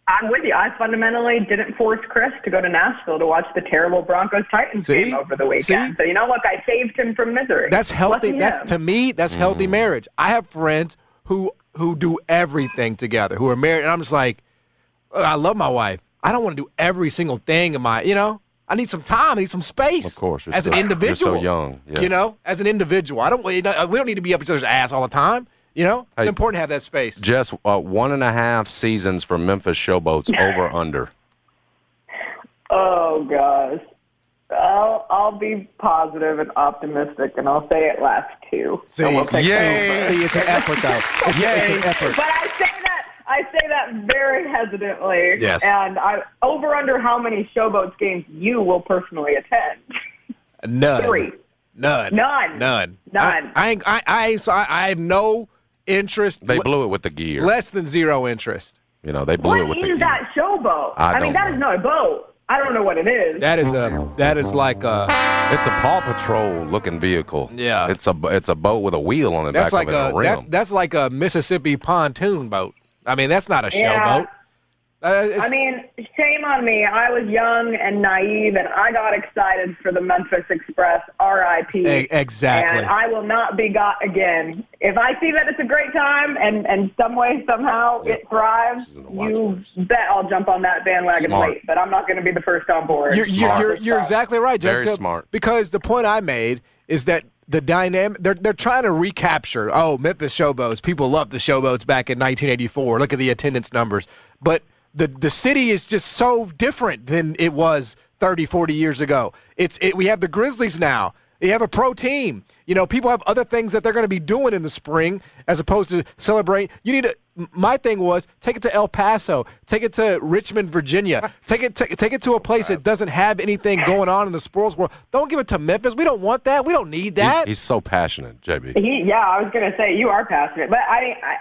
I'm with you. I fundamentally didn't force Chris to go to Nashville to watch the terrible Broncos Titans
See?
game over the weekend.
See?
So you know what? I saved him from misery.
That's healthy.
Lucky him.
That's to me. That's
Mm.
healthy marriage. I have friends who who do everything together, who are married, and I'm just like, "Ugh, I love my wife. I don't want to do every single thing in my, you know. I need some time. I need some space.
Of course, you're
as
so-
an
you're so
individual,
young, yeah.
You know, as an individual, I don't. We don't we don't need to be up each other's ass all the time. You know, it's
Hey.
important to have that space.
Just uh, one and a half seasons for Memphis Showboats over under.
Oh gosh. I'll I'll be positive and optimistic, and I'll say it last two.
See,
And we'll take
Yay.
two.
see, it's an effort though. It's, it's an effort.
But I say that I say that very hesitantly.
Yes.
And I over under how many showboats games you will personally attend.
None.
Three.
None.
None.
None.
None.
I I ain't- I I, so I, I have no interest.
They
le-
blew it with the gear.
less than zero interest.
you know, they blew
What
it with the
is
gear.
that showboat?
I
mean,
don't
that
know.
is not a boat. I don't know what it is.
That is a that is like a
It's a Paw Patrol looking vehicle.
Yeah.
It's a it's a boat with a wheel on the
that's
back
like
of it and
a
a rim.
that's that's like a Mississippi pontoon boat. I mean, that's not a
Yeah.
showboat. Uh, it's-
I mean, shame on me. I was young and naive, and I got excited for the Memphis Express, R.I.P.
E- exactly.
And I will not be got again. If I see that it's a great time, and and some way somehow it thrives,
in the watch
you
list.
bet I'll jump on that bandwagon
Smart.
late. But I'm not going to be the first on board.
You're, you're, you're, you're exactly right,
Very
Jessica.
smart.
Because the point I made is that the dynamic they're they're trying to recapture. Oh, Memphis showboats. People loved the showboats back in 1984. Look at the attendance numbers. But the the city is just so different than it was 30, 40 years ago. It's it, we have the Grizzlies now. You have a pro team. You know, people have other things that they're going to be doing in the spring as opposed to celebrating. You need to. m- My thing was take it to El Paso, take it to Richmond, Virginia, take it to, take it to a place that doesn't have anything going on in the sports world. Don't give it to Memphis. We don't want that. We don't need
He's-
that.
He's, so passionate, JB.
He, yeah, I was going to say you are passionate, but I. I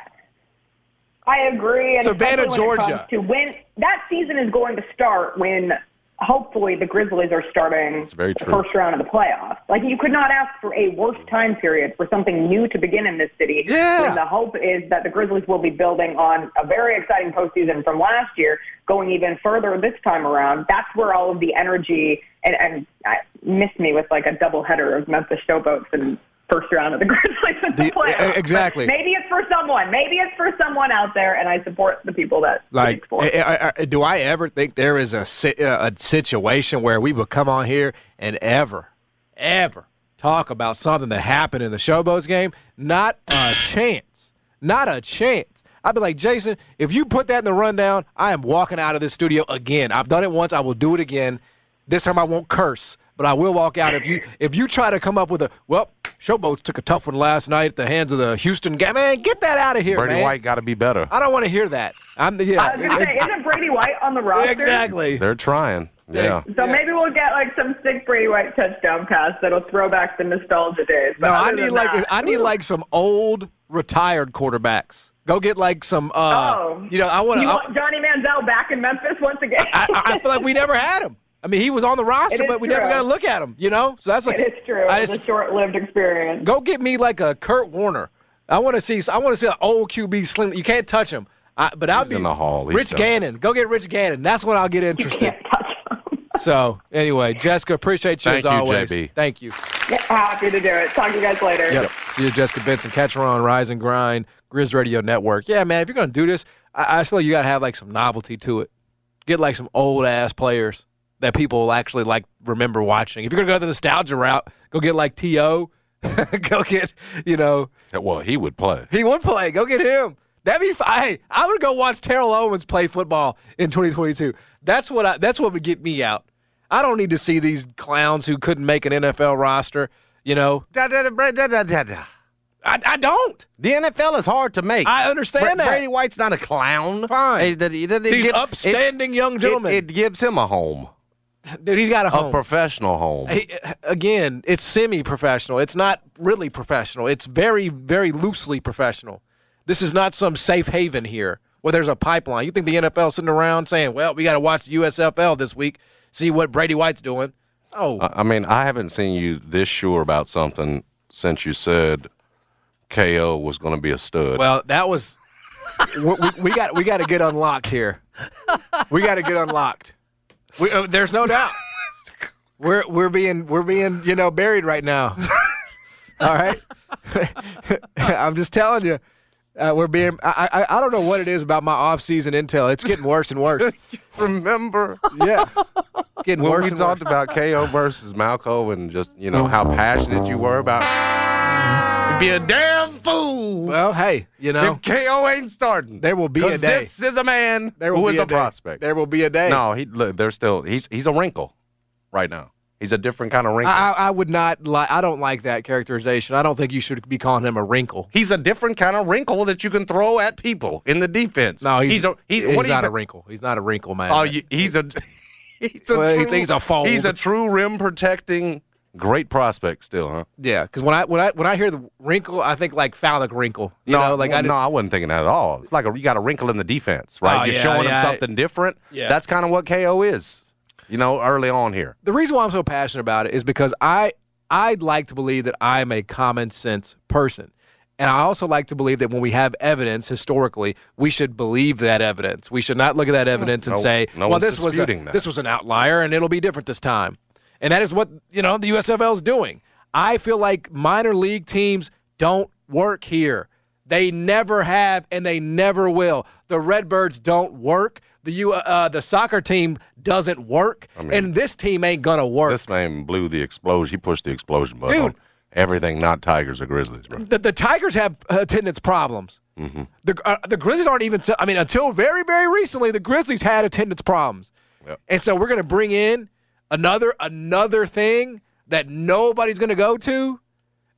I agree. And
Savannah,
especially when it comes
Georgia.
To when that season is going to start, when hopefully the Grizzlies are starting
very
the
true.
first round of the playoffs. Like you could not ask for a worse time period for something new to begin in this city.
Yeah.
When the hope is that the Grizzlies will be building on a very exciting postseason from last year, going even further this time around. That's where all of the energy and and I miss me with like a double header of Memphis Showboats and. First round of the Grizzlies and the,
The-
playoffs.
e- exactly.
But Maybe it's for someone. Maybe it's for someone out there, and I support the people that
Like, eh,
it's for.
I- I- I- do I ever think there is a si- uh, a situation where we would come on here and ever, ever talk about something that happened in the Showboats game? Not a chance. Not a chance. I'd be like, Jason, if you put that in the rundown, I am walking out of this studio again. I've done it once. I will do it again. This time I won't curse, but I will walk out. If you if you try to come up with a well, Showboats took a tough one last night at the hands of the Houston game. Man, get that out of here,
Brady
man.
White got to be better.
I don't want to hear that. I'm the yeah.
I was gonna say, isn't Brady White on the roster?
exactly.
They're trying. Yeah.
So maybe we'll get like some sick Brady White touchdown pass that'll throw back the nostalgia days. But
No, I
other
need
than
like
that-
I need like some old retired quarterbacks. Go get like some. Uh,
Oh.
You know, I
You
want
want
to.
Johnny Manziel back in Memphis once again?
I, I feel like we never had him. I mean, he was on the roster,
It is
but we never
true.
got to look at him. You know, so that's like
it is true.
I
It was
just-
a short-lived experience.
go get me like a Kurt Warner. I want to see. I want to see an old QB slim. You can't touch him. I, but I'll
He's
be
in the hall. He's
Rich
done.
Gannon. Go get Rich Gannon. That's when I'll get interested.
Can't touch him.
so anyway, Jessica, appreciate you
Thank
as
you,
always.
JB.
Thank you.
Yeah, happy to do it. Talk to you guys later.
Yep. She is Jessica Benson. Catch her on Rise and Grind, Grizz Radio Network. Yeah, man, if you're gonna do this, I, I feel like you gotta have like some novelty to it. Get like some old ass players that people will actually like remember watching. If you're gonna go the nostalgia route, go get like T.O. go get, you know,
Well, he would play.
he would play. Go get him. That'd be fine. Hey, I would go watch Terrell Owens play football in 2022. That's what I, that's what would get me out. I don't need to see these clowns who couldn't make an NFL roster. You know,
Da, da, da, bra- da, da, da, da.
I, I don't.
The NFL is hard to make.
I understand
Bra-
that.
Brady White's not a clown.
Fine.
It- it- it- it
These
give-
upstanding young
it-
gentlemen.
It, it gives him a home,
Dude, he's got a
a
home.
professional home.
He- again, it's semi-professional. It's not really professional. It's very, very loosely professional. This is not some safe haven here where there's a pipeline. You think the NFL sitting around saying, "Well, we got to watch the USFL this week, see what Brady White's doing." Oh,
I I mean, I haven't seen you this sure about something since you said KO was going to be a stud.
well, that was. we, we, we got we got to get unlocked here. We got to get unlocked. We, uh, there's no doubt. We're we're being we're being you know buried right now. All right, I'm just telling you, uh, we're being. I, I I don't know what it is about my off season intel. It's getting worse and worse.
remember
Yeah, it's getting
when
worse
we
and
talked
worse.
about KO versus Malco and just you know how passionate you were about? You'd be a damn fool
Well, hey, you know
if KO ain't starting.
There will be a
'Cause
day.
This is a man
there will
who
be
is
a,
a,
day.
prospect.
There will be a day.
No, he look, they're still he's he's a wrinkle right now. He's a different kind of wrinkle.
I, I I would not like. I don't like that characterization. I don't think you should be calling him a wrinkle.
he's a different kind of wrinkle that you can throw at people in the defense.
No, he's,
a Oh, he's, what
not
he's
a wrinkle. He's not a wrinkle man.
Oh, you- he's a he's a
Well,
true,
he's- he's a fold.
He's a true rim protecting Great prospect still, huh?
Yeah, because when I when I when I hear the wrinkle, I think like phallic wrinkle. You know, like
well,
I didn't-
no, I wasn't thinking that at all. It's like a, you got a wrinkle in the defense, right?
Oh,
You're
yeah,
showing
yeah,
them something different.
Yeah.
That's kind of what KO is, you know, early on here.
the reason why I'm so passionate about it is because I I'd like to believe that I'm a common sense person. And I also like to believe that when we have evidence historically, we should believe that evidence. We should not look at that evidence and
No-
say,
no
"Well,
one's
this was a,
disputing that.
this was an outlier, and it'll be different this time." And that is what you know the USFL is doing. I feel like minor league teams don't work here. They never have, and they never will. The Redbirds don't work. The U, uh, the soccer team doesn't work, and this team ain't gonna work.
This man blew the explosion. He pushed the explosion button.
Dude.
on everything not Tigers or Grizzlies, bro. Mm-hmm.
the, the Tigers have attendance problems. The uh, the Grizzlies aren't even. I mean, until very very recently, the Grizzlies had attendance problems,
Yep.
and so we're going to bring in another another thing that nobody's going to go to.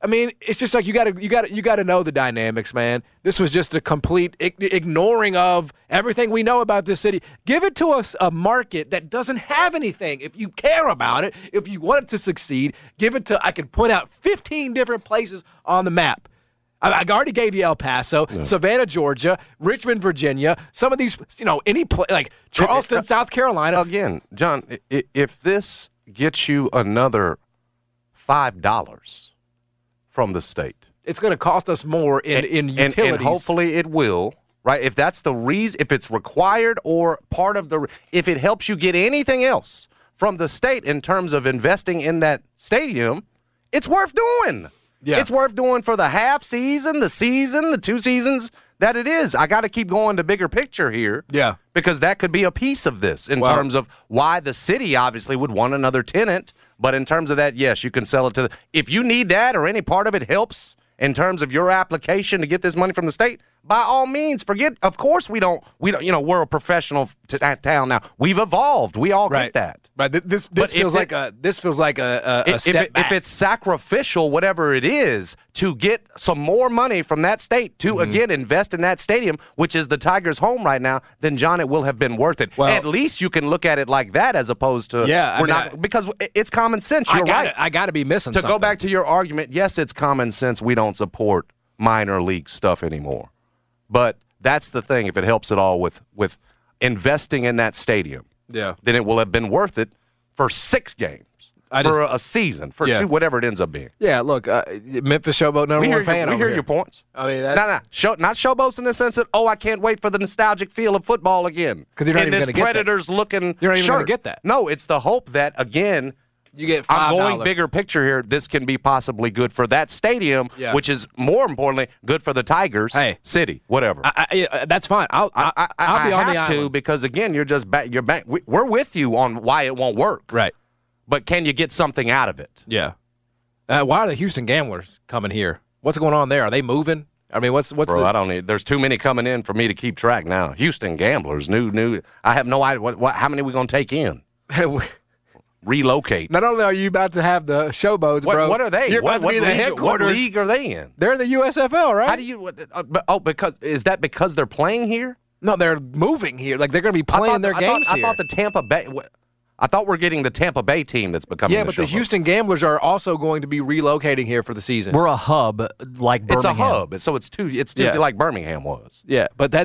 I mean, it's just like you got to you got to you got to know the dynamics, man. This was just a complete ig- ignoring of everything we know about this city. Give it to us a market that doesn't have anything. If you care about it, if you want it to succeed, give it to. I could point out 15 different places on the map. I, I already gave you El Paso, Savannah, Georgia, Richmond, Virginia. Some of these, you know, any place like Charleston, South Carolina.
Again, John, i- i- if this gets you another five dollars from the state,
It's going to cost us more in in
and- and,
utilities.
hopefully it will. Right, if that's the reason, if it's required or part of the, re- if it helps you get anything else from the state in terms of investing in that stadium, it's worth doing.
Yeah.
it's worth doing for the half season, the season, the two seasons that it is. I got to keep going to bigger picture here.
Yeah.
because that could be a piece of this in
Wow.
terms of why the city obviously would want another tenant. But in terms of that, yes, you can sell it to the. If you need that or any part of it helps in terms of your application to get this money from the state, by all means, forget. Of course, we don't. We don't. You know, we're a professional t- t- town now. We've evolved. We all
right.
get that.
Right. Th- This
But
this
if
feels
it-
like a this feels like a, a, a
If-
step
if, it-
back.
if it's sacrificial, whatever it is, to get some more money from that state to
Mm-hmm.
again invest in that stadium, which is the Tigers' home right now, then John, it will have been worth it.
Well-
At least you can look at it like that, as opposed to
Yeah, I
we're
mean,
not
I-
because it- it's common sense.
I
You're
gotta,
right.
I gotta be missing
to
something.
go back to your argument, yes, it's common sense. We don't support minor league stuff anymore, but that's the thing. If it helps at all with with investing in that stadium,
Yeah.
then it will have been worth it for six games,
I
for a season, for
Yeah.
two, whatever it ends up being.
Yeah, look, uh, Memphis Showboat number
We hear,
one
your,
fan.
we
over
hear
here.
your points.
I mean,
No,
that's,
no, show, not showboats in the sense that oh, I can't wait for the nostalgic feel of football again.
'Cause you're not
in
even
this
gonna get that.
Predators looking.
You're not even gonna
shirt.
get that.
No, it's the hope that again
you get. $5.
I'm going bigger picture here. This can be possibly good for that stadium,
Yeah.
which is more importantly good for the Tigers,
Hey.
city, whatever.
I, I, uh, that's fine. I'll I, I, I'll be
I
on the
have to
island.
because again, you're just back. You're back. We, we're with you on why it won't work,
Right.
but can you get something out of it?
Yeah. Uh, why are the Houston Gamblers coming here? What's going on there? Are they moving? I mean, what's what's
Bro,
the,
I don't need. There's too many coming in for me to keep track now. Houston Gamblers, new, new. I have no idea what, what how many we gonna take in. Relocate.
Not only are you about to have the showboats,
what,
bro.
what are they?
You're
what,
about to
what
be the
league,
headquarters.
What league are they in?
They're in the USFL, right?
How do you? What, uh, but- oh, because is that because they're playing here?
no, they're moving here. Like they're going to be
I
playing
thought-
their
I thought-
games
I
here.
thought the Tampa Bay. wh- I thought we're getting the Tampa Bay team that's becoming.
yeah, but the
showboat.
Houston Gamblers are also going to be relocating here for the season.
We're a hub like
It's
Birmingham.
a hub, so it's two. It's two,
Yeah.
like Birmingham was.
yeah, but that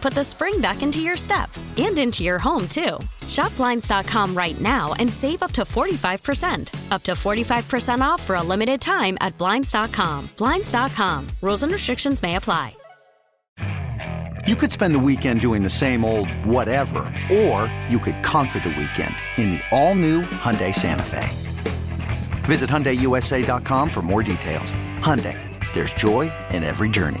put the spring back into your step and into your home, too. Shop Blinds.com right now and save up to 45%. Up to 45% off for a limited time at Blinds.com. Blinds.com. Rules and restrictions may apply.
You could spend the weekend doing the same old whatever, or you could conquer the weekend in the all-new Hyundai Santa Fe. Visit HyundaiUSA.com for more details. Hyundai, there's joy in every journey.